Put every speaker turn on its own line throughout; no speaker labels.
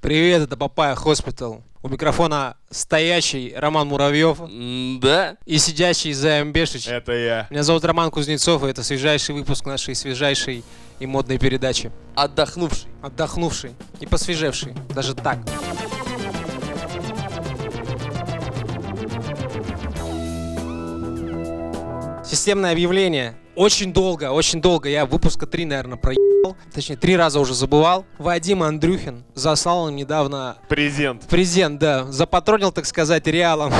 Привет, это Папая Хоспитал. У микрофона стоящий Роман Муравьев
Да?
и сидящий за Бешич.
Это я.
Меня зовут Роман Кузнецов, и это свежайший выпуск нашей свежайшей и модной передачи.
Отдохнувший.
Отдохнувший и посвежевший, даже так. Системное объявление. Очень долго, очень долго. Я выпуска три, наверное, проебал. Точнее, три раза уже забывал. Вадим Андрюхин заслал нам недавно
Презент.
Презент, да. Запатронил, так сказать, реалом.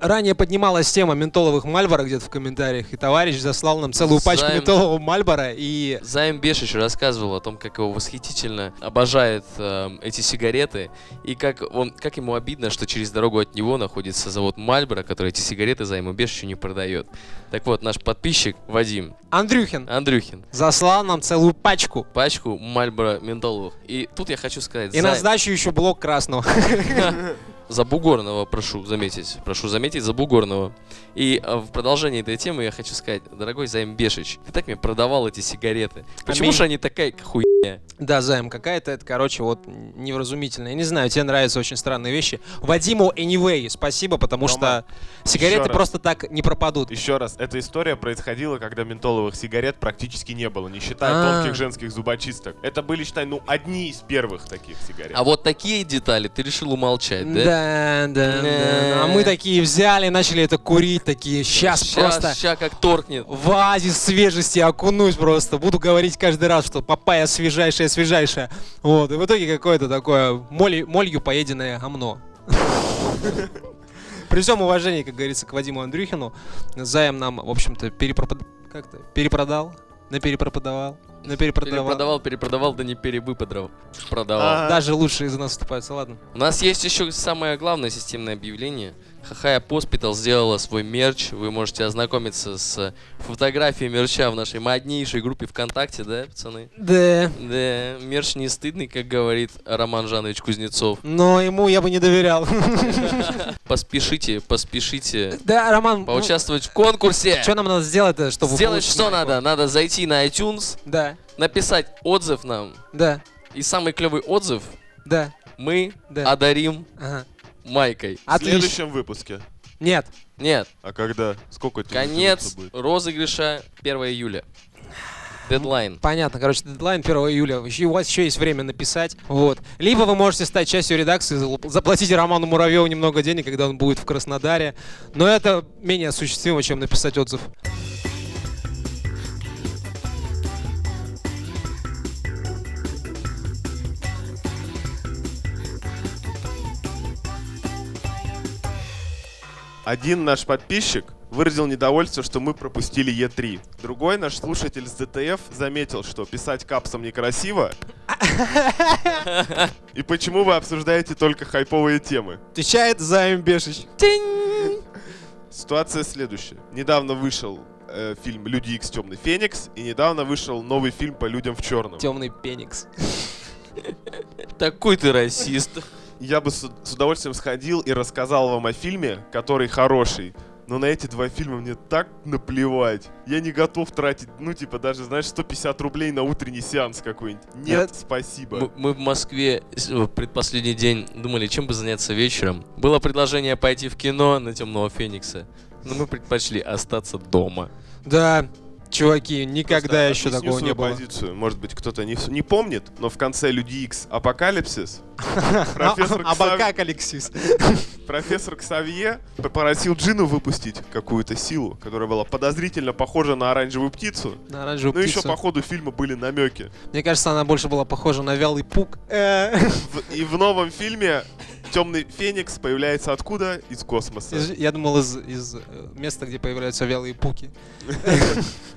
Ранее поднималась тема ментоловых Мальбора где-то в комментариях, и товарищ заслал нам целую пачку
Займ.
ментолового Мальбора, и
Займ Бешич рассказывал о том, как его восхитительно обожает эм, эти сигареты, и как, он, как ему обидно, что через дорогу от него находится завод Мальборо, который эти сигареты Займу Бешичу не продает. Так вот, наш подписчик Вадим
Андрюхин
Андрюхин
заслал нам целую пачку.
пачку Мальборо ментоловых. И тут я хочу сказать,
И на
Займ,
сдачу еще блок красного.
Забугорного, прошу заметить. Прошу заметить, Забугорного. И э, в продолжении этой темы я хочу сказать, дорогой Займ Бешич, ты так мне продавал эти сигареты. Почему
Аминь.
же они такая хуйня?
Да, займ, какая-то это, короче, вот невразумительная. Я не знаю, тебе нравятся очень странные вещи. Вадиму Anyway спасибо, потому
Рома,
что сигареты
еще раз.
просто так не пропадут.
Еще раз, эта история происходила, когда ментоловых сигарет практически не было, не считая
А.
тонких женских зубочисток. Это были, считай, ну, одни из первых таких сигарет.
А вот такие детали ты решил умолчать, да?
Да, да, да.
Да.
А мы такие взяли, начали это курить, такие, сейчас просто...
ща как торкнет.
в оазис свежести окунусь просто. Буду говорить каждый раз, что папайя свежайшая, свежайшая. Вот, и в итоге какое-то такое моли- молью поеденное гомно. При всем уважении, как говорится, к Вадиму Андрюхину, займ нам, в общем-то, перепропад... как-то перепродал, наперепродавал, наперепродавал.
Перепродавал, перепродавал, да не перевыподрал. Продавал.
А.
Даже лучшие из нас вступаются, ладно.
У нас есть еще самое главное системное объявление. Хахая Поспитал сделала свой мерч. Вы можете ознакомиться с фотографией мерча в нашей моднейшей группе ВКонтакте, да, пацаны?
Да.
Да, мерч не стыдный, как говорит Роман Жанович Кузнецов.
Но ему я бы не доверял.
Поспешите, поспешите
Да, Роман, ну,
поучаствовать в конкурсе.
что нам надо сделать, чтобы...
Сделать
получить
что
на iPhone?
надо? Надо зайти на iTunes,
Да,
написать отзыв нам.
да,
И самый клевый отзыв
да,
мы
да.
одарим
Ага.
майкой.
В
Отлично.
следующем выпуске.
Нет.
Нет,
А когда? Сколько это?
конец
длится будет?
розыгрыша 1 июля. Дедлайн.
Понятно, короче, дедлайн 1 июля. Ещё- У вас еще есть время написать. Вот. Либо вы можете стать частью редакции, зал- заплатите Роману Муравьеву немного денег, когда он будет в Краснодаре. Но это менее осуществимо, чем написать отзыв.
Один наш подписчик выразил недовольство, что мы пропустили Е3. Другой наш слушатель с ДТФ заметил, что писать капсом некрасиво. И почему вы обсуждаете только хайповые темы?
Отвечает Займ Бешич.
Ситуация следующая. Недавно вышел э, фильм «Люди Икс. Темный Феникс», и недавно вышел новый фильм по людям в черном.
Темный пеникс.
Такой ты расист.
Я бы с, с удовольствием сходил и рассказал вам о фильме, который хороший. Но на эти два фильма мне так наплевать. Я не готов тратить, ну, типа, даже, знаешь, 150 рублей на утренний сеанс какой-нибудь. Нет,
Это-
спасибо.
Типа,
Мы, мы в Москве с- в предпоследний день думали, чем бы заняться вечером. Было предложение пойти в кино на Темного Феникса, но мы предпочли остаться дома.
Да, чуваки,
Просто
никогда еще
объясню
такого не
свою
было.
позицию. Может быть, кто-то не, с- не помнит, но в конце «Люди Икс. Апокалипсис» профессор
А
Ксав-
как, Алексис?
Профессор Ксавье попросил Джину выпустить какую-то силу, которая была подозрительно похожа на оранжевую птицу.
На оранжевую
Ну еще
птицу.
по ходу фильма были намеки.
Мне кажется, она больше была похожа на вялый пук. Э,
В- и в новом фильме Темный Феникс появляется откуда? Из космоса.
из- Я думал, из- из э, места, где появляются вялые пуки.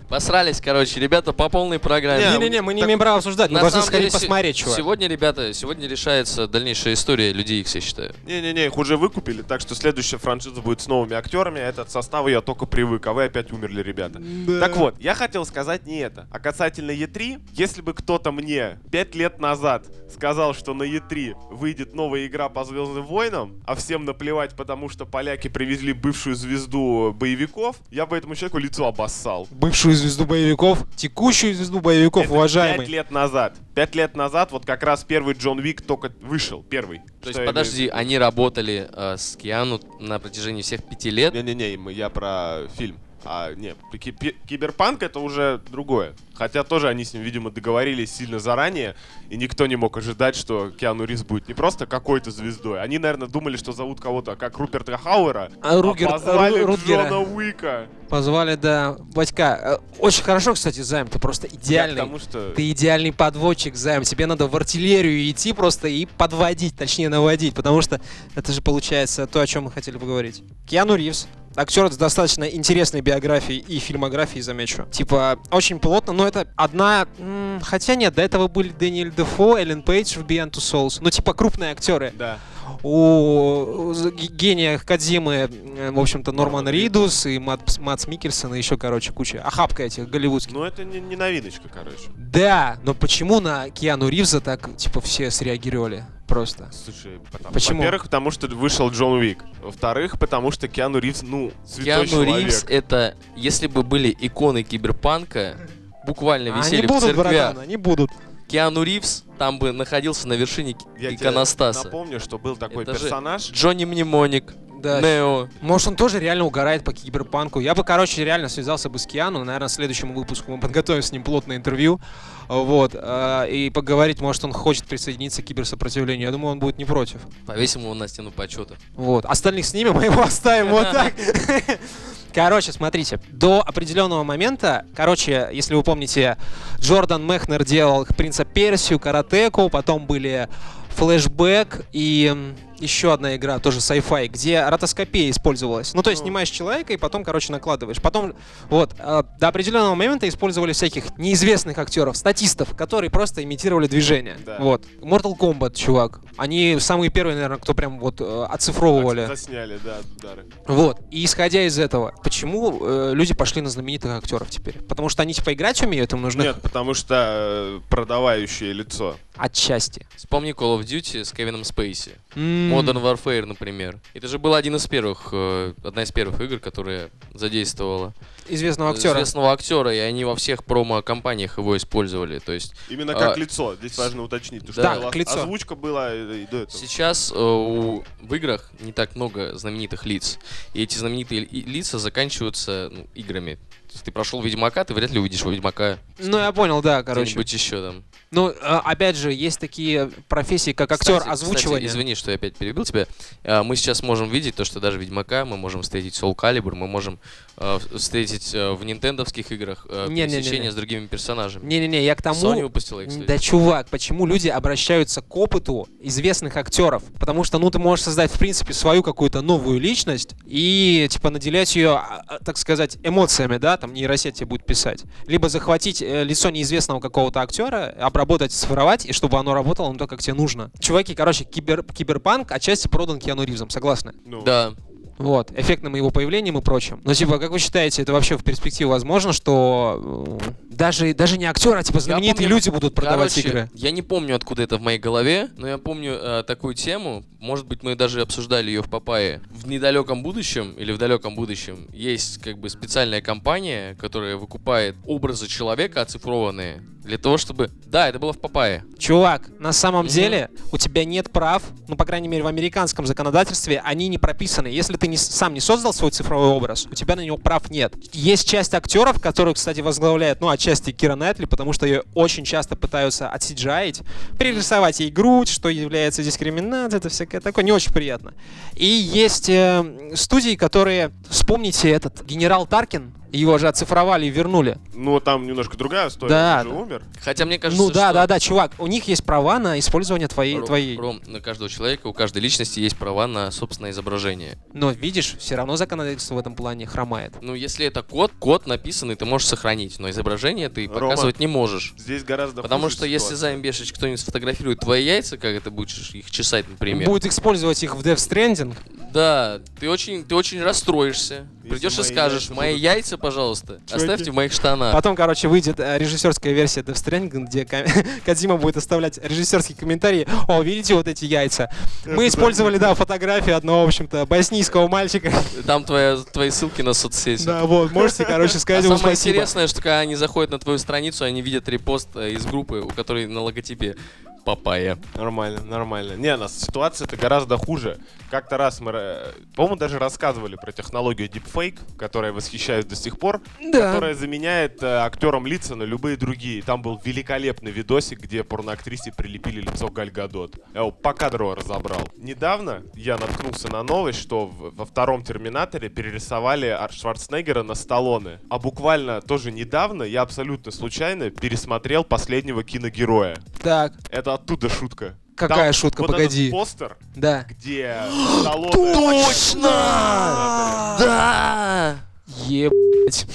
Посрались, короче, ребята, по полной программе.
Не-не-не, мы не
так-
имеем права обсуждать, мы
На
должны
самом деле,
сходить
се-
посмотреть, чувак.
Сегодня, ребята, сегодня решается дальнейшая история Людей Икс, я считаю.
Не-не-не, их уже выкупили, так что следующая франшиза будет с новыми актерами. а Этот состав я только привык, а вы опять умерли, ребята. Так вот, я хотел сказать не это, а касательно Е3, если бы кто-то мне пять лет назад сказал, что на Е3 выйдет новая игра по Звездным «Звездным войнам», а всем наплевать, потому что поляки привезли бывшую звезду боевиков, я бы этому человеку лицо обоссал.
Бывшую звезду боевиков, текущую звезду боевиков,
Это
уважаемый.
Пять лет назад. Пять лет назад вот как раз первый Джон Уик только вышел, первый.
То есть, подожди, а они работали э, с Киану на протяжении всех пяти лет.
Э,
Не-не-не, мы- я про фильм. А, не, ки- пи- киберпанк это уже другое. Хотя тоже они с ним, видимо, договорились сильно заранее, и никто не мог ожидать, что Киану Ривз будет не просто какой-то звездой. Они, наверное, думали, что зовут кого-то, как Руперта Хауэра,
А Ругер-
позвали
Ру- Рутгера.
Джона Уика.
Позвали, да, Батька. э, Очень хорошо, кстати, Займ, ты просто идеальный.
Я к тому, что...
Ты идеальный подводчик, Займ. Тебе надо в артиллерию идти просто и подводить, точнее наводить, потому что это же получается то, о чем мы хотели поговорить. Киану Ривз. Актер с достаточно интересной биографией и фильмографией, замечу. Типа, очень плотно, но это одна... м, хотя нет, до этого были Дэниэль Дефо, Эллен Пейдж в Beyond Two Souls. Ну, типа, крупные актеры
Да.
у з- г- гения Кадзимы, э, в общем-то, Норман
Норман
Ридус и Мат- Матс Микельсон, и еще, короче, куча охапка этих голливудских.
Ну это не, не новиночка, короче.
Да, но почему на Киану Ривза так, типа, все среагировали просто?
Слушай, потому-
Почему?
во-первых, потому что вышел Джон Уик. Во-вторых, потому что Киану Ривз, ну, святой
Киану
человек.
Ривз это, если бы были иконы киберпанка, буквально висели
А они
в
будут,
церквях.
братан, они будут.
Киану Ривз там бы находился на вершине ки-
Я тебе
иконостаса.
напомню, что был такой
Это же-
персонаж.
Джонни Мнемоник,
Да.
Нео.
Может, он тоже реально угорает по киберпанку. Я бы, короче, реально связался бы с Киану. Наверное, следующему выпуску мы подготовим с ним плотное интервью. Вот. а, И поговорить, может, он хочет присоединиться к киберсопротивлению. Я думаю, он будет не против.
Повесим его на стену почета.
Вот. Остальных снимем, мы его оставим вот так. Короче, смотрите, до определенного момента, короче, если вы помните, Джордан Мехнер делал «Принца Персию», «Каратеку», потом были «Флэшбэк» и м, еще одна игра, тоже sci-fi, где ротоскопия использовалась. Ну, то есть
Ну.
снимаешь человека и потом, короче, накладываешь. Потом, вот, э, до определенного момента использовали всяких неизвестных актеров, статистов, которые просто имитировали движение.
Да.
Вот. Mortal Kombat, чувак. Они самые первые, наверное, кто прям вот э, оцифровывали.
Засняли, да, удары.
Вот. И исходя из этого, почему э, люди пошли на знаменитых актеров теперь? Потому что они типа играть умеют, им нужно
Нет, потому что э, продавающее лицо.
отчасти.
Вспомни Call of Duty с Кевином Спейси.
М,
Modern Warfare, например. Это же был один из первых, э, одна из первых игр, которая задействовала
Известного
Э,
актера.
известного актера, и они во всех промо-компаниях его использовали. То есть
Именно как
А,
лицо. Здесь важно уточнить. потому
да,
что
как лицо.
Озвучка была и и до этого.
сейчас э, у, в играх не так много знаменитых лиц. И эти знаменитые ли- лица заканчиваются ну, играми. То есть ты прошел Ведьмака, ты вряд ли увидишь Ведьмака
Ну, я понял, да, короче.
где-нибудь еще там.
Ну, э, опять же, есть такие профессии, как актер
Кстати, кстати,
озвучивания.
извини, что я опять перебил тебя. Э, Мы сейчас можем видеть то, что даже Ведьмака мы можем встретить Soul Calibur, мы можем э, в- встретить э, в нинтендовских играх э,
Не-не-не-не.
пересечения с другими персонажами.
Не-не-не, я к тому...
Sony выпустила их, кстати.
Да, чувак, почему люди обращаются к опыту известных актеров? Потому что, ну, ты можешь создать, в принципе, свою какую-то новую личность и, типа, наделять ее, а, а, так сказать, эмоциями, да, там нейросеть тебе будет писать. Либо захватить э, лицо неизвестного какого-то актера, обработать, сформировать, и чтобы оно работало, ну, то, как тебе нужно. Чуваки, короче, кибер, киберпанк отчасти продан Киану Ривзом, согласны?
Ну,
Да.
Вот, эффектным его появлением и прочим. Но, типа, как вы считаете, это вообще в перспективе возможно, что э, даже, даже не актер, а, типа, знаменитые
помню-
люди будут продавать
Короче,
игры?
Я не помню, откуда это в моей голове, но я помню э, такую тему. Может быть, мы даже обсуждали ее в Папае. В недалеком будущем или в далеком будущем есть как бы специальная компания, которая выкупает образы человека оцифрованные для того, чтобы. Да, это было в Папае.
Чувак, на самом
Мгм.
деле у тебя нет прав, ну, по крайней мере, в американском законодательстве они не прописаны. Если ты не, с- сам не создал свой цифровой образ, у тебя на него прав нет. Есть часть актеров, которые, кстати, возглавляет, ну, отчасти Кира Найтли, потому что ее очень часто пытаются отсиджаить, перерисовать ей грудь, что является дискриминацией, это всякое такое, не очень приятно. И есть э, студии, которые, вспомните этот, генерал Таркин, его же оцифровали и вернули.
ну, там немножко другая история.
Да,
он же
да.
умер.
Хотя мне кажется,
ну да,
что-
да, да, чувак, у них есть права на использование твоей,
Ром,
твоей.
Ром, на каждого человека, у каждой личности есть права на собственное изображение.
Но видишь, все равно законодательство в этом плане хромает.
Ну, если это код, код написанный ты можешь сохранить, но изображение ты
Рома.
показывать не можешь.
Здесь гораздо
Потому
хуже
что если
ситуация.
займбешич кто-нибудь сфотографирует твои яйца, как это будешь их чесать, например.
Будет использовать их в Death Stranding.
Да, ты очень, ты очень расстроишься.
Если
Придешь и
мои
скажешь,
яйца
мои
будут-
яйца пожалуйста,
Чё
оставьте
это?
в моих штанах.
Потом, короче, выйдет э, режиссерская версия Death Stranding, где Ка- Кадзима будет оставлять режиссерские комментарии. О, видите вот эти яйца? Мы использовали, да, фотографии одного, в общем-то, боснийского мальчика.
Там твоя, твои ссылки на соцсети.
Да, вот, можете, короче,
А
сказать ему
самое
спасибо.
интересное, что когда они заходят на твою страницу, они видят репост э, из группы, у которой на логотипе Папая.
Нормально, нормально. Не, у нас ситуация-то гораздо хуже. Как-то раз мы, э, по-моему, даже рассказывали про технологию Deepfake, которая восхищает до сих пор,
Да.
которая заменяет э, актерам лица на любые другие. Там был великолепный видосик, где порноактрисе прилепили лицо Гальгадот. Я его по кадру разобрал. Недавно я наткнулся на новость, что в- во втором Терминаторе перерисовали Ар- Шварценеггера на Сталлоне. А буквально тоже недавно я абсолютно случайно пересмотрел последнего киногероя.
Так,
Это оттуда шутка.
Какая шутка?
вот этот
Погоди.
постер,
да.
где Сталлоне...
Да!
Ебать.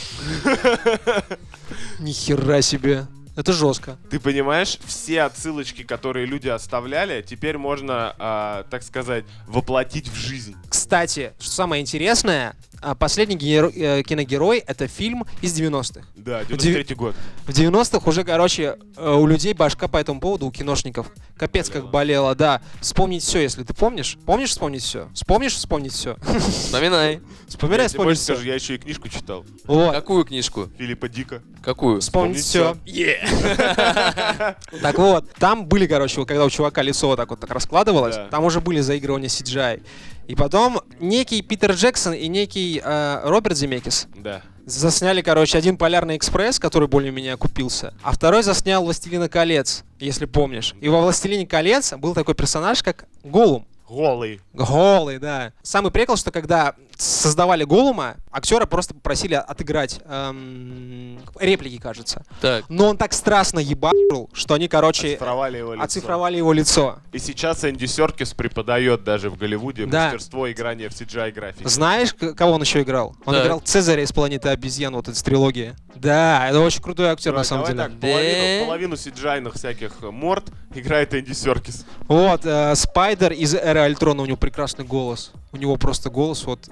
Нихера себе. Это жестко.
Ты понимаешь, все отсылочки, которые люди оставляли, теперь можно, а, так сказать, воплотить в жизнь.
Кстати, что самое интересное, а, последний генеро- э, киногерой это фильм из 90-х.
Да, 93-й год.
В 90-х уже, короче, э, у людей башка по этому поводу, у киношников. Капец, как болела, да. Вспомнить все, если ты помнишь. Помнишь вспомнить все? Вспомнишь вспомнить все?
Вспоминай.
Вспоминай,
я тебе
вспомнить
больше скажу,
все.
я еще и книжку читал.
Вот.
Какую книжку?
Филиппа Дика.
Какую?
Вспомнить все. Так вот, там были, короче, вот когда у чувака лицо вот так вот так раскладывалось,
Да.
там уже были заигрывания CGI. И потом некий Питер Джексон и некий э, Роберт Земекис
Да.
засняли, короче, один Полярный экспресс, который более-менее окупился, а второй заснял Властелина колец, если помнишь. И во Властелине колец был такой персонаж, как Голум.
Голый.
Голый, да. Самый прикол, что когда создавали Голума, актера просто попросили отыграть эм, реплики, кажется.
Так.
Но он так страстно ебашил, что они, короче,
Оцифровали его лицо.
оцифровали его лицо.
И сейчас Энди Серкис преподает даже в Голливуде
Да.
мастерство играния в CGI-графике.
Знаешь, к- кого он еще играл? Он
Так.
играл Цезаря из планеты обезьян, вот из трилогии. Да, это очень крутой актер, на самом
Давай
деле.
так, половину,
Да.
половину CGI-ных всяких э, морд играет Энди Серкис.
Вот, э, Спайдер из Эры Альтрона, у него прекрасный голос. У него просто голос вот...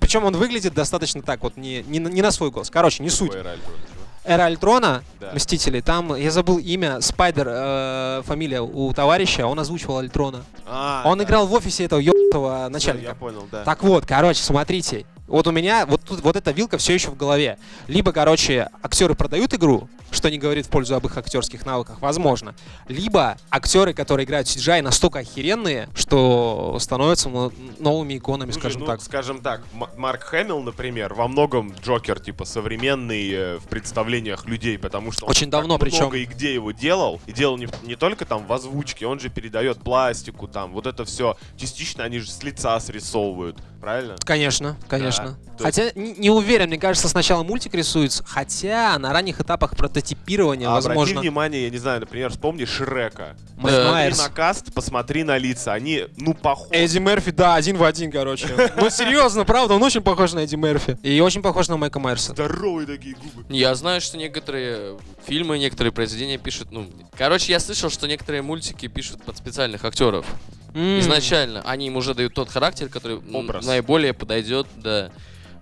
причем он выглядит достаточно так, вот не, не, на- не на свой голос. Короче, не суть.
Ой, Ральф, вот, чё.
Эра Альтрона,
Да.
Мстители, там, я забыл имя, Спайдер, э, фамилия у товарища, он озвучивал Альтрона.
А,
он
да.
играл в офисе этого ебаного
Всё,
начальника.
Я понял, да.
Так вот, короче, смотрите. Вот у меня вот тут вот эта вилка все еще в голове. Либо, короче, актеры продают игру, что не говорит в пользу об их актерских навыках, возможно. Либо актеры, которые играют в CGI, настолько охеренные, что становятся ну, новыми иконами,
Слушай,
скажем
ну,
так.
Скажем так, М- Марк Хэмилл, например, во многом Джокер, типа, современный э, в представлениях людей, потому что он
Очень давно
так
причём.
много и где его делал, и делал не, не только там в озвучке, он же передает пластику там, вот это все. Частично они же с лица срисовывают, правильно?
Конечно, конечно.
то
хотя не, не уверен, мне кажется, сначала мультик рисуется, хотя на ранних этапах прототипирования,
А Обрати
возможно,
внимание, я не знаю, например, вспомни Шрека.
Мэтт
Да.
Посмотри
Майерс.
на каст, посмотри на лица. Они, ну, похожи.
Эдди Мерфи, да, один в один, короче. Ну серьезно, правда, он очень похож на Эдди Мерфи. И очень похож на Майка Майерса.
Здоровые такие губы.
Я знаю, что некоторые фильмы, некоторые произведения пишут, ну... Короче, я слышал, что некоторые мультики пишут под специальных актеров.
М.
Изначально они им уже дают тот характер, который м,
Образ.
наиболее подойдет да,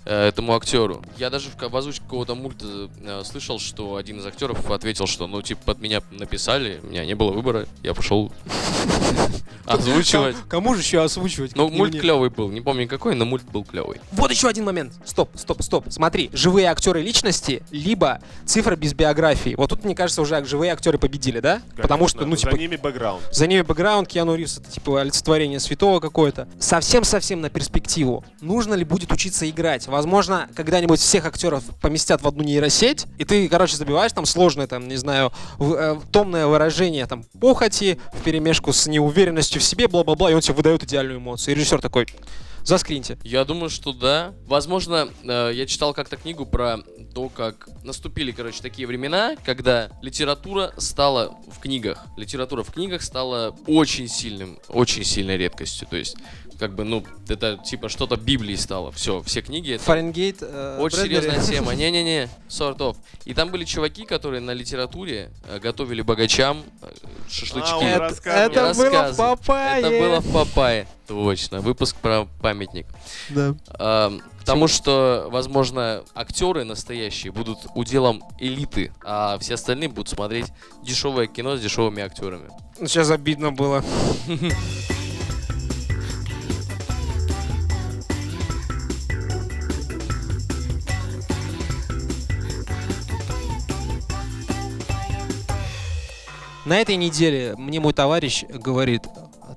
э, этому актеру. Я даже в, ка- в озвучке какого-то мульта э, слышал, что один из актеров ответил, что ну типа под меня написали, у меня не было выбора, я пошел озвучивать.
Кому- Кому же еще озвучивать?
Ну,
как не
мульт
мне?
клевый был, не помню какой, но мульт был клевый.
Вот еще один момент. Стоп, стоп, стоп. Смотри, живые актеры личности, либо цифра без биографии. Вот тут, мне кажется, уже живые актеры победили, да? Потому что, ну,
Конечно,
типа,
За ними бэкграунд.
за ними бэкграунд, Киану Ривз, это типа олицетворение святого какое-то. Совсем-совсем на перспективу. Нужно ли будет учиться играть? Возможно, когда-нибудь всех актеров поместят в одну нейросеть, и ты, короче, забиваешь там сложное, там, не знаю, в- э, томное выражение там похоти в перемешку с неуверенностью в себе, бла-бла-бла, и он тебе выдает идеальную эмоцию. И режиссер такой, заскриньте.
Я думаю, что да. Возможно, э, я читал как-то книгу про то, как наступили, короче, такие времена, когда литература стала в книгах. Литература в книгах стала очень сильным, очень сильной редкостью. То есть как бы, ну, это типа что-то Библии стало. Все, все книги это
Фаренгейт. э,
очень
Брэдбери.
серьезная тема. Не-не-не, sort of. И там были чуваки, которые на литературе э, готовили богачам э,
А,
шашлычки.
он
Это,
рассказывал.
это
Я
было в
рассказывал.
Папайе.
Это было в Папае. Точно. Выпуск про памятник.
Да.
А, Потому что, возможно, актеры настоящие будут уделом элиты, а все остальные будут смотреть дешевое кино с дешевыми актерами.
Сейчас обидно было. На этой неделе мне мой товарищ говорит,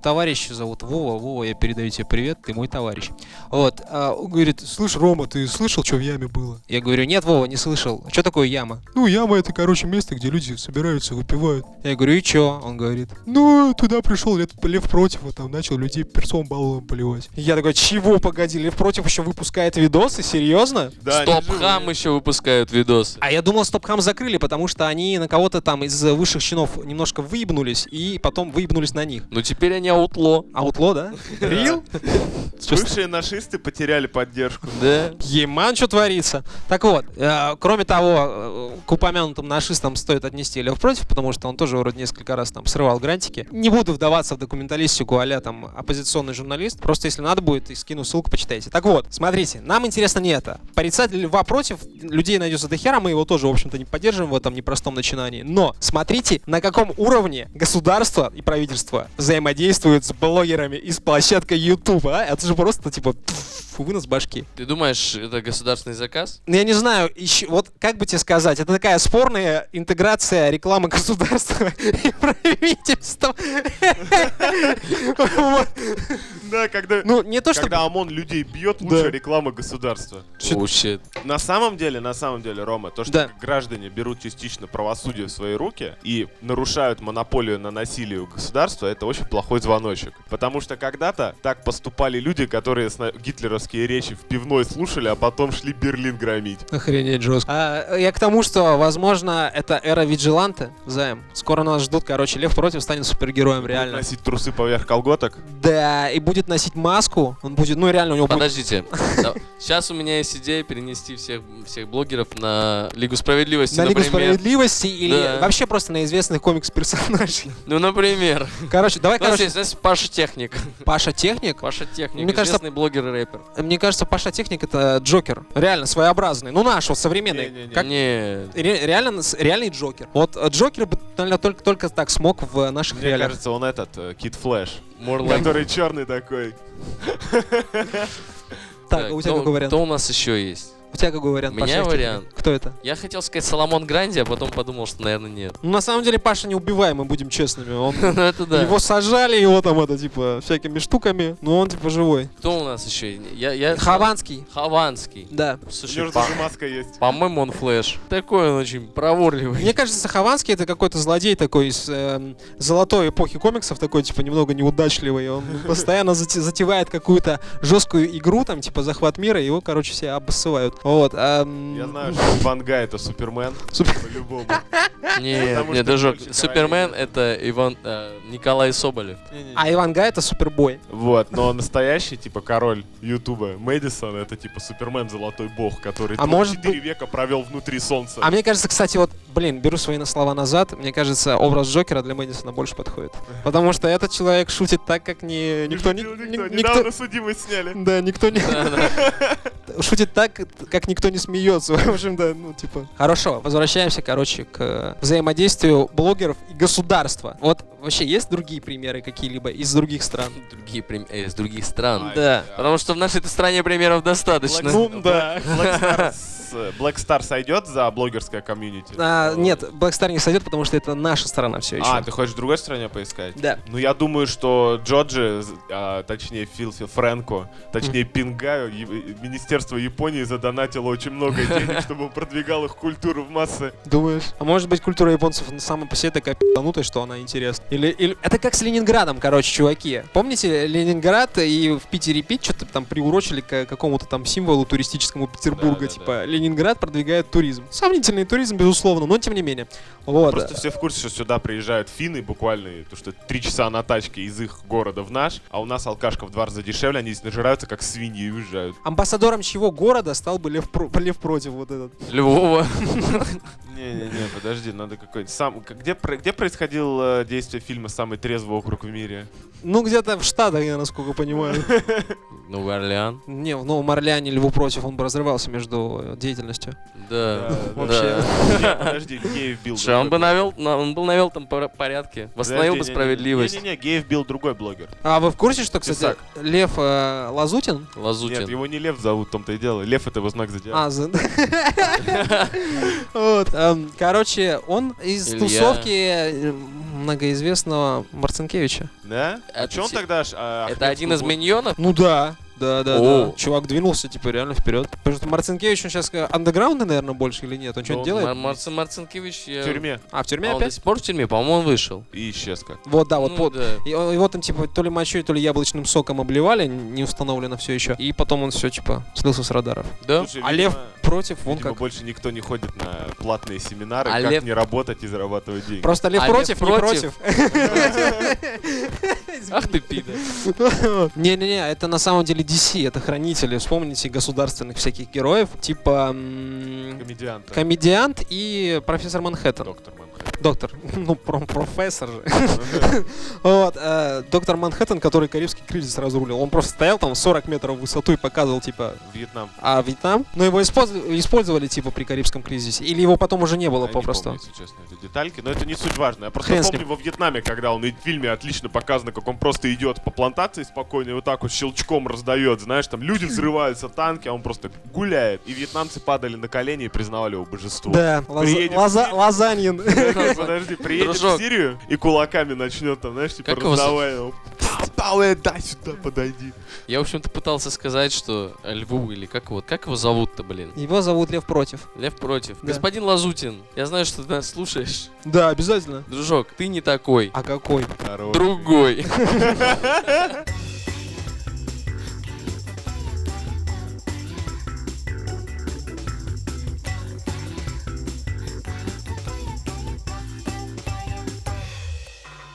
товарищ зовут Вова, Вова, я передаю тебе привет, ты мой товарищ. Вот, а, он говорит, слышь, Рома, ты слышал, что в яме было? Я говорю, нет, Вова, не слышал. Что такое яма? Ну, яма это, короче, место, где люди собираются, выпивают. Я говорю, и чё? Он говорит, ну, туда пришел лет лев против, вот там начал людей перцом баллом поливать. Я такой, чего, погоди, лев против еще выпускает видосы, серьезно?
Да, они
Стоп
живые.
Хам еще выпускают видосы.
А я думал, Стопхам закрыли, потому что они на кого-то там из э, высших чинов немножко выебнулись и потом выебнулись на них.
Ну теперь они аутло.
Аутло, да? Рил?
Бывшие нашисты потеряли поддержку.
Да.
Еман, что творится? Так вот, э, кроме того, э, к упомянутым нашистам стоит отнести Лев против, потому что он тоже вроде несколько раз там срывал грантики. Не буду вдаваться в документалистику а там оппозиционный журналист, просто если надо будет, и скину ссылку, почитайте. Так вот, смотрите, нам интересно не это. Порицатель Льва против, людей найдется до хера, мы его тоже, в общем-то, не поддерживаем в этом непростом начинании. Но смотрите, на каком уровне государство и правительство взаимодействуют с блогерами из площадкой YouTube, а? Это же просто, типа, пф, вынос башки.
Ты думаешь, это государственный заказ?
Ну, я не знаю, ещё- вот как бы тебе сказать, это такая спорная интеграция рекламы государства и правительства. Вот.
Да, когда...
Ну, не то, что...
Когда ОМОН людей бьет,
Да.
лучше реклама государства.
Чё-
Oh, shit.
На самом деле, на самом деле, Рома, то, что
Да.
граждане берут частично правосудие в свои руки и нарушают монополию на насилие у государства, это очень плохой звоночек. Потому что когда-то так поступали люди, которые сна- гитлеровские речи в пивной слушали, а потом шли Берлин громить.
Охренеть жестко. А, я к тому, что, возможно, это эра Виджиланта, займ. Скоро нас ждут, короче, Лев против станет супергероем, реально.
Носить трусы поверх колготок.
Да, и будет носить маску, он будет, ну реально, у него будет...
Подождите. Сейчас у меня есть идея перенести всех, всех блогеров на Лигу Справедливости,
На Лигу
например.
Справедливости или
Да.
вообще просто на известных комикс-персонажей.
Ну, например.
Короче, давай,
У нас
короче,
есть, знаешь, Паша Техник.
Паша Техник.
Паша Техник,
Мне кажется,
известный блогер и рэпер.
Мне кажется, Паша Техник это э, Джокер. Реально своеобразный. Ну, наш, вот современный.
Не-не-не.
Как-
Нет.
Ре- реально, с- реальный Джокер. Вот э, Джокер бы, наверное, только, только так смог в э, наших
Мне
реалиях.
кажется, он этот, э, Кит Флэш,
More like
который черный такой.
так, а у тебя
кто,
какой вариант?
кто у нас еще есть?
У тебя какой вариант?
У меня
Паша Техник?
вариант.
Кто это?
Я хотел сказать Соломон Гранди, а потом подумал, что, наверное, нет.
Ну, на самом деле, Паша неубиваемый, будем честными. Он...
Ну, это да.
Его сажали, его там это, типа, всякими штуками, но он, типа, живой.
Кто у нас еще? Я, я...
Хованский.
Хованский.
Да.
У него
Слушай,
же
по-
даже маска есть.
по-моему, он флэш. Такой он очень проворливый.
Мне кажется, Хованский это какой-то злодей такой из эм, золотой эпохи комиксов, такой, типа, немного неудачливый. Он постоянно зате- затевает какую-то жесткую игру, там, типа, захват мира, его, короче, все обоссывают. Вот. эм,
Я знаю, что Банга это Супермен,
Супер-
по-любому.
Нет,
Потому
нет,
что
даже
больше
Супермен
крайне.
это Иван э, Николай Соболев.
А Иван Гай это супербой.
Вот, но настоящий, типа, король Ютуба Мэдисон, это, типа, Супермен, золотой бог, который
А может
4 века провел внутри солнца.
А мне кажется, кстати, вот, блин, беру свои на слова назад. Мне кажется, образ Джокера для Мэдисона больше подходит. Потому что этот человек шутит так, как не,
Не
никто, не,
шутил
ни- никто,
Недавно судимость сняли.
Да, никто не... Шутит так, как никто не смеется. В общем-то, ну, типа... Хорошо, возвращаемся, короче, к э, взаимодействию блогеров и государства. Вот вообще есть другие примеры какие-либо из других стран?
Другие прим- э, из других стран.
Ай,
да.
да.
Потому что в нашей стране примеров достаточно.
Ну, да.
Black Star с- Black Star сойдет за блогерское комьюнити?
А, нет, Black Star не сойдет, потому что это наша страна все еще.
А, ты хочешь в другой стране поискать?
Да.
Ну, я думаю, что Джорджи, з- а, точнее, Филфи Френко, точнее, Пингаю, Министерство Японии задонатило очень много денег, чтобы он продвигал их культуру в массы.
Думаешь? А может быть, культура японцев на самом по себе такая пи***нутая, что она интересна? Или, или... Это как с Ленинградом, короче, чуваки. Помните Ленинград и в Питере Пит что-то там приурочили к какому-то там символу туристическому Петербурга,
да,
типа Ленинград Ленинград продвигает туризм. Сомнительный туризм, безусловно, но тем не менее. Вот.
Просто все в курсе, что сюда приезжают финны буквально, и то что три часа на тачке из их города в наш, а у нас алкашка в два раза дешевле, они здесь нажираются, как свиньи и уезжают.
Амбассадором чего города стал бы Лев, Про- Лев Против вот этот.
Львова.
Не-не-не, подожди, надо какой-то... Сам... Где, про- где происходило э, действие фильма «Самый трезвый округ в мире»?
Ну, где-то в Штатах, я насколько понимаю.
Новый Орлеан.
Не, в Новом Орлеане Льву Против, он бы разрывался между э, деятельностью.
Да.
Да,
Вообще.
Не, Подожди, геев бил.
Слушай, он бы
другой
навел, на- он был навел там пора- порядке,
блогер.
восстановил бы
Подожди, не-не-не.
справедливость.
Не-не-не, геев бил другой блогер.
А вы в курсе, что, кстати,
Исаак.
Лев э, Лазутин?
Нет,
Лазутин.
его не Лев зовут, в том-то и дело. Лев — это его знак зодиака.
А, за- Вот, эм, Короче, он из
Илья.
тусовки э, многоизвестного Марцинкевича.
Да? А
Это
чё он
си-
тогда ж... а,
Это один из
Ахмедскую
миньонов?
Ну да. Да, да,
О.
да. Чувак двинулся, типа, реально вперед. Потому что Марцинкевич, он сейчас андеграунда, наверное, больше или нет? Он
Ну,
что-то делает?
Мар- Марцин Марцинкевич. я-
в тюрьме.
А, в тюрьме
А он до
опять?
сих пор в тюрьме? По-моему, он вышел.
И исчез как.
Вот, да, вот
Ну
под-
да.
И он- Его там типа то ли мочой, то ли яблочным соком обливали, н- не установлено все еще. И потом он все типа слился с радаров.
Да?
Слушай,
А
видимо-
Лев против, вон
видимо,
как.
больше никто не ходит на платные семинары,
А
как
Лев-
не работать и зарабатывать деньги.
Просто Лев
А Лев
против, не против.
против? Ах ты пидор.
Не-не-не, это на самом деле DC, это хранители. Вспомните государственных всяких героев, типа м,
Комедианта.
комедиант и профессор Манхэттен.
Доктор Манхэттен.
Доктор, ну про- профессор же. Вот, э, доктор Манхэттен, который Карибский кризис разрулил. Он просто стоял там 40 метров в высоту и показывал, типа,
Вьетнам.
а Вьетнам. Но его использ- использовали типа при Карибском кризисе. Или его потом уже не было
Я не
попросту.
помню, если честно, эти детальки, но это не суть важно. Я просто
Хрен с
помню во Вьетнаме, когда он и в фильме отлично показано, как он просто идет по плантации спокойно и вот так вот щелчком раздает, знаешь, там люди взрываются, танки, а он просто гуляет. И вьетнамцы падали на колени и признавали его божеством.
Да, лаза-
Приедет
лаза-
фильм.
лазаньин.
Подожди, приедет
Дружок.
в Сирию и кулаками начнет там, знаешь, типа
Как его зовут?
раздавая его. Пау, пау, э, дай сюда, подойди.
Я, в общем-то, пытался сказать, что Льву или как его, как его зовут-то, блин?
Его зовут Лев Против.
Лев против.
Да.
Господин Лазутин, я знаю, что ты нас слушаешь.
Да, обязательно.
Дружок, ты не такой.
А какой?
Хороший.
Другой.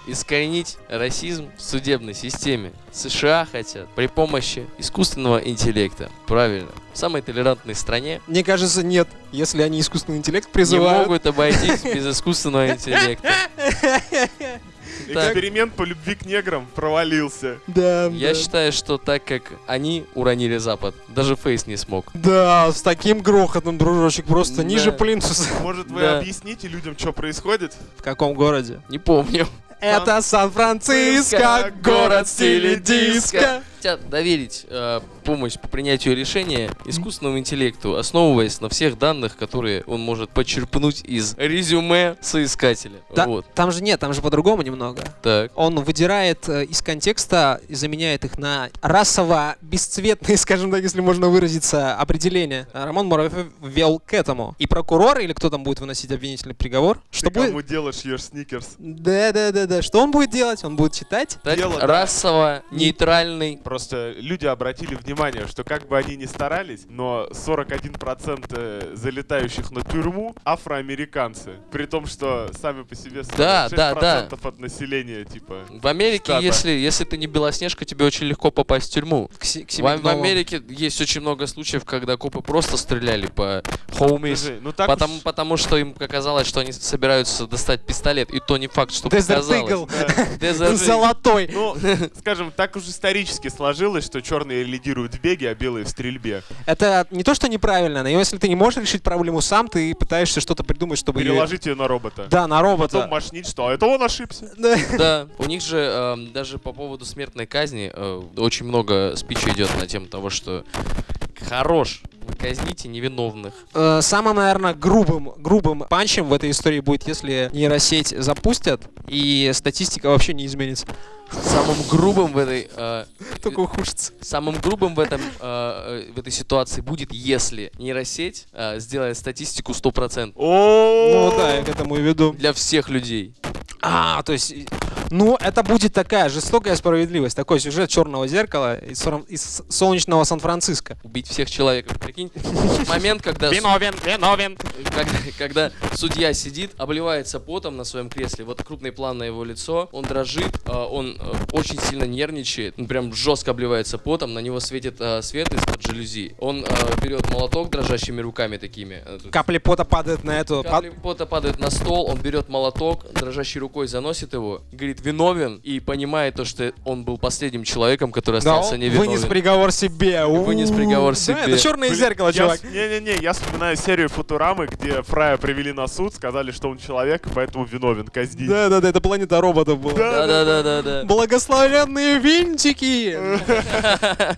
Искоренить расизм в судебной системе. США хотят при помощи искусственного интеллекта. Правильно. В самой толерантной стране
Мне кажется, нет. Если они искусственный интеллект
не
призывают.
могут обойтись без искусственного интеллекта. Так.
Эксперимент по любви к неграм провалился.
Да,
Я
да.
считаю, что так как они уронили Запад, даже Фейс не смог.
Да, с таким грохотом, дружочек, просто
Да.
ниже плинтуса.
Может, вы
Да.
объясните людям, что происходит?
В каком городе?
Не помню.
Это Сан-Франциско, город в стиле диско.
Хотят доверить э, помощь по принятию решения искусственному интеллекту, основываясь на всех данных, которые он может почерпнуть из резюме соискателя.
Да,
Вот.
там же нет, там же по-другому немного.
Так.
Он выдирает э, из контекста и заменяет их на расово-бесцветные, скажем так, если можно выразиться, определения. А Роман Муравьев вел к этому. И прокурор, или кто там будет выносить обвинительный приговор, что
Ты кому
будет...
делаешь ешь сникерс?
Да-да-да-да. Что он будет делать? Он будет читать.
Так,
Дело, да.
расово-нейтральный.
Просто люди обратили внимание, что как бы они ни старались, но 41% э, залетающих на тюрьму афроамериканцы. При том, что сами по себе 46%
Да, да, да.
от населения, типа...
В Америке,
Штата.
если, если ты не белоснежка, тебе очень легко попасть в тюрьму.
К се- к
В,
себе
в
новым.
Америке есть очень много случаев, когда копы просто стреляли по хоумис.
Слушай, ну так
потому,
уж-
потому что им оказалось, что они собираются достать пистолет, и то не факт, что
Desert
показалось.
Eagle.
Да.
Desert Eagle.
Золотой.
Ну, скажем, так уж исторически сложилось, что черные лидируют в беге, а белые в стрельбе.
Это не то, что неправильно, но если ты не можешь решить проблему сам, ты пытаешься что-то придумать, чтобы... её-
Переложить ее на робота.
Да, на
Потом
робота.
машнить, что а это он ошибся.
Да.
Да, у них же эм, даже по поводу смертной казни э, очень много спичей идет на тему того, что хорош, вы казните невиновных.
Э, Самым, наверное, грубым, грубым панчем в этой истории будет, если нейросеть запустят, и статистика вообще не изменится.
Самым грубым в этой э,
Только ухудшится.
Самым грубым в, этом, э, э, в этой ситуации будет, если нейросеть э, сделает статистику 100%
О,
Ну да, я к этому и веду.
для всех людей.
А, то есть... и- Ну, это будет такая жестокая справедливость. Такой сюжет черного зеркала из, Сором- из солнечного Сан-Франциско.
Убить всех человек. Прикинь, момент, когда... с-
Виновен, виновен.
Когда, когда судья сидит, обливается потом на своем кресле, вот крупный план на его лицо, он дрожит, э, он э, очень сильно нервничает, он прям жестко обливается потом, на него светит э, свет из-под жалюзи. Он э, берет молоток дрожащими руками такими. э, тут
Капли пота падают на эту...
Капли пота падают на стол, он берет молоток, дрожащей рукой заносит его, говорит виновен и понимает то, что он был последним человеком, который
Да,
остался
он
невиновен.
вынес приговор себе.
Вынес приговор
Да,
себе.
это черное
Блин,
зеркало,
я
чувак.
с- Не-не-не, я вспоминаю серию Футурамы, где Фрая привели на суд, сказали, что он человек, и поэтому виновен, казнить.
Да-да-да, это планета роботов была.
Да, да, да, да, да.
Благословенные винтики!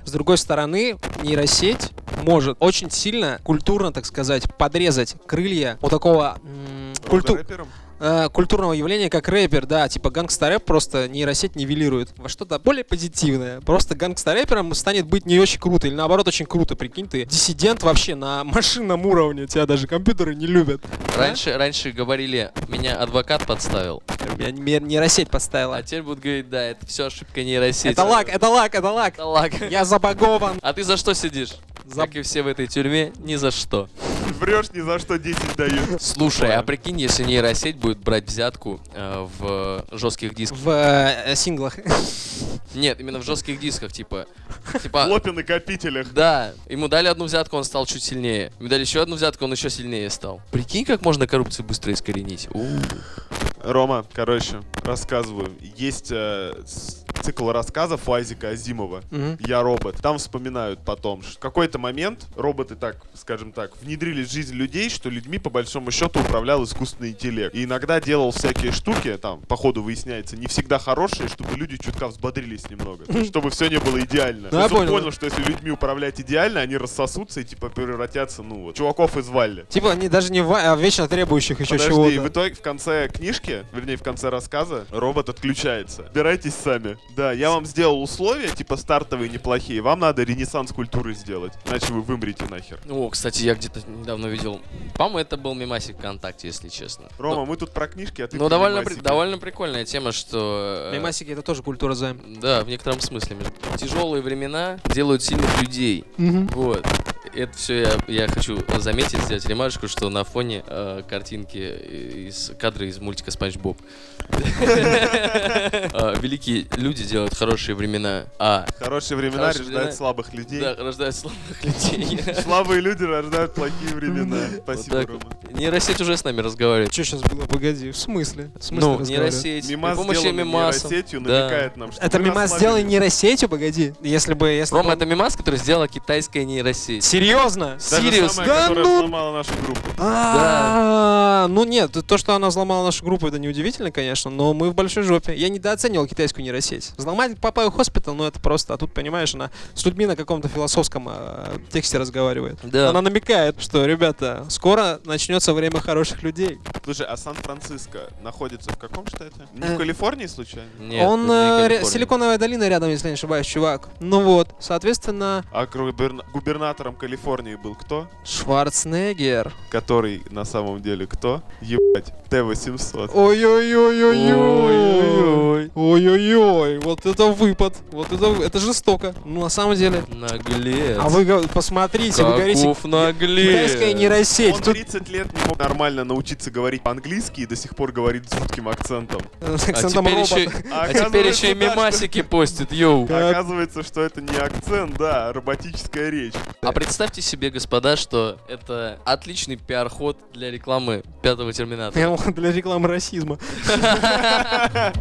С другой стороны, нейросеть может очень сильно, культурно, так сказать, подрезать крылья у такого м, культу-
Рэпером?
э, культурного явления, как рэпер, да, типа гангстарэп просто нейросеть нивелирует во что-то более позитивное. Просто гангстарэпером станет быть не очень круто, или наоборот очень круто, прикинь ты. Диссидент вообще на машинном уровне, тебя даже компьютеры не любят.
Раньше, раньше говорили, меня адвокат подставил.
Меня не- нейросеть подставила.
А теперь будут говорить, да, это все ошибка нейросети.
Это лак, это лак, это лак.
Это лак.
Я забагован.
А ты за что сидишь?
За-
Как и все в этой тюрьме, ни за что.
Врешь ни за что 10 дают.
Слушай, а прикинь, если нейросеть будет брать взятку э, в жестких дисках.
В э, синглах.
Нет, именно в жестких дисках, типа.
А.
Типа.
Лопи накопителях.
Да, ему дали одну взятку, он стал чуть сильнее. Ему дали еще одну взятку, он еще сильнее стал. Прикинь, как можно коррупцию быстро искоренить. У.
Рома, короче, рассказываю. Есть э, с- цикл рассказов Лазика Азимова.
Мгм.
Я робот. Там вспоминают потом, что в какой-то момент роботы так, скажем так, внедрили в жизнь людей, что людьми по большому счету управлял искусственный интеллект. И иногда делал всякие штуки, там, по ходу выясняется, не всегда хорошие, чтобы люди чутка взбодрились немного. То есть, чтобы все не было идеально. То
я
есть он
понял.
понял, что если людьми управлять идеально, они рассосутся и типа превратятся, ну вот, чуваков из Валли.
Типа, они даже не ва- а вечно требующих еще
Подожди,
чего-то.
в итоге в конце книжки, вернее в конце рассказа, робот отключается. Убирайтесь сами. Да, я вам сделал условия, типа стартовые неплохие. Вам надо ренессанс культуры сделать, иначе вы вымрете нахер.
О, кстати, я где-то недавно видел. По-моему, это был мемасик ВКонтакте, если честно.
Рома, мы тут про книжки, а ты
Ну,
про
довольно, при-
мемасики.
довольно прикольная тема, что... э,
Мемасики это тоже культура займ.
Да, в некотором смысле. Тяжелые времена делают сильных людей. Вот. Это все я, я хочу заметить, сделать ремарочку, что на фоне э, картинки из кадры из мультика Спанч Боб. Э, Великие люди делают хорошие времена, а
Хорошие времена
Хорошие
рождают
времена.
слабых людей.
да, рождают слабых людей.
Слабые люди рождают плохие времена. Спасибо,
так вот.
Рома.
Нейросеть уже с нами разговаривает.
Что сейчас было? Погоди, в смысле? В смысле
Ну,
разговаривать?
нейросеть. При
Мимас
помощи
сделан
мимаса.
нейросетью,
Да.
намекает нам, что
Это
мы
мимас
расслабились.
сделай нейросетью, погоди. Если бы... Если
Рома,
бы-
это мимас, который сделала китайская нейросеть.
Серьезно?
Та же
Сириус,
самая,
да
которая
ну!
сломала нашу группу.
А, Ну нет, то, что она взломала нашу группу, это неудивительно, конечно, но мы в большой жопе. Я недооценивал китайскую нейросеть. Взломать Папаю Хоспитал, ну это просто, а тут, понимаешь, она с людьми на каком-то философском э, тексте разговаривает.
Да.
Она намекает, что, ребята, скоро начнется время хороших людей.
Слушай, а Сан-Франциско находится в каком штате? Не
Э.
в Калифорнии, случайно?
Нет,
Он э, ре-
это не Калифорния.
силиконовая долина рядом, если не ошибаюсь, чувак. Ну вот, соответственно,
А губерна- губернатором Калифорнии был кто?
Шварценеггер.
который на самом деле кто? Ебать, Т-800.
Ой-ой-ой-ой-ой. Ой-ой-ой, вот это выпад. Вот это, вы- это жестоко. Ну, на самом деле.
Наглец.
А вы го- посмотрите, вы говорите,
Каков наглец. А
китайская нейросеть.
Он
Тут,
30 лет не мог нормально научиться говорить по-английски и до сих пор говорит с жутким акцентом.
э, с
А
акцентом
теперь
робота.
еще, а теперь еще и
Оказывается, да,
мемасики постит, йоу.
Как?
Оказывается, что это не акцент, да, а роботическая речь.
А представьте себе, господа, что это отличный пиар-ход для рекламы пятого терминатора.
Прям Для рекламы расизма.
Да,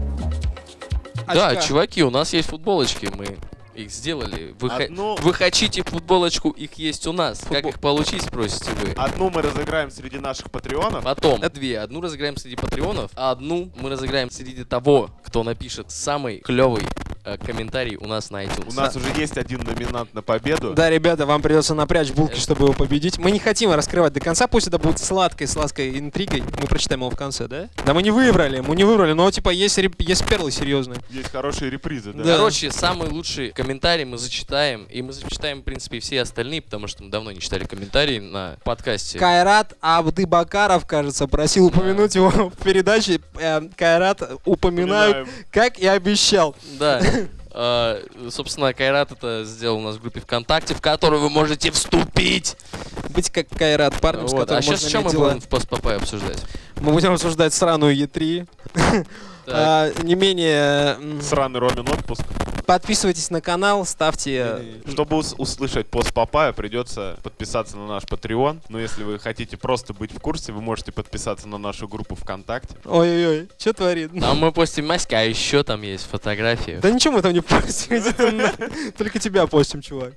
Очка.
чуваки, у нас есть футболочки, мы их сделали. Вы, хо-
Одну,
вы хотите футболочку, их есть у нас. Как
Футбол-
их получить, спросите вы.
одну мы разыграем среди наших патреонов.
Потом А две. Одну разыграем среди патреонов, а одну мы разыграем среди того, кто напишет самый клевый э, комментарий у нас на iTunes.
У нас уже есть один номинант на победу.
Да, ребята, вам придется напрячь булки, чтобы его победить. Мы не хотим раскрывать до конца, пусть это будет сладкой, сладкой интригой. Мы прочитаем его в конце, да? Да мы не выбрали, мы не выбрали, но типа есть, реп- есть перлы серьезные.
Есть хорошие репризы, да?
Да.
Короче, самый лучший комментарий мы зачитаем. И мы зачитаем, в принципе, и все остальные, потому что мы давно не читали комментарии на подкасте.
Кайрат Абдыбакаров, кажется, просил упомянуть его в передаче. Э, Кайрат упоминают,
Вспоминаем.
как и обещал.
Да. Э, Собственно, Кайрат это сделал у нас в группе ВКонтакте, в которую вы можете вступить.
Быть как Кайрат, парнем, с
Вот.
которым
А сейчас
можно
что мы
иметь дела.
будем в постпапе обсуждать?
Мы будем обсуждать сраную Е3.
Так,
А, не менее, м,
Сраный Ромин отпуск.
подписывайтесь на канал, ставьте... э,
Чтобы ус- услышать пост Папая, придется подписаться на наш Patreon. Но если вы хотите просто быть в курсе, вы можете подписаться на нашу группу ВКонтакте.
Ой-ой-ой, что творит?
Там мы постим маски, а еще там есть фотографии.
Да ничего мы там не постим, иди ты на- только тебя постим, чувак.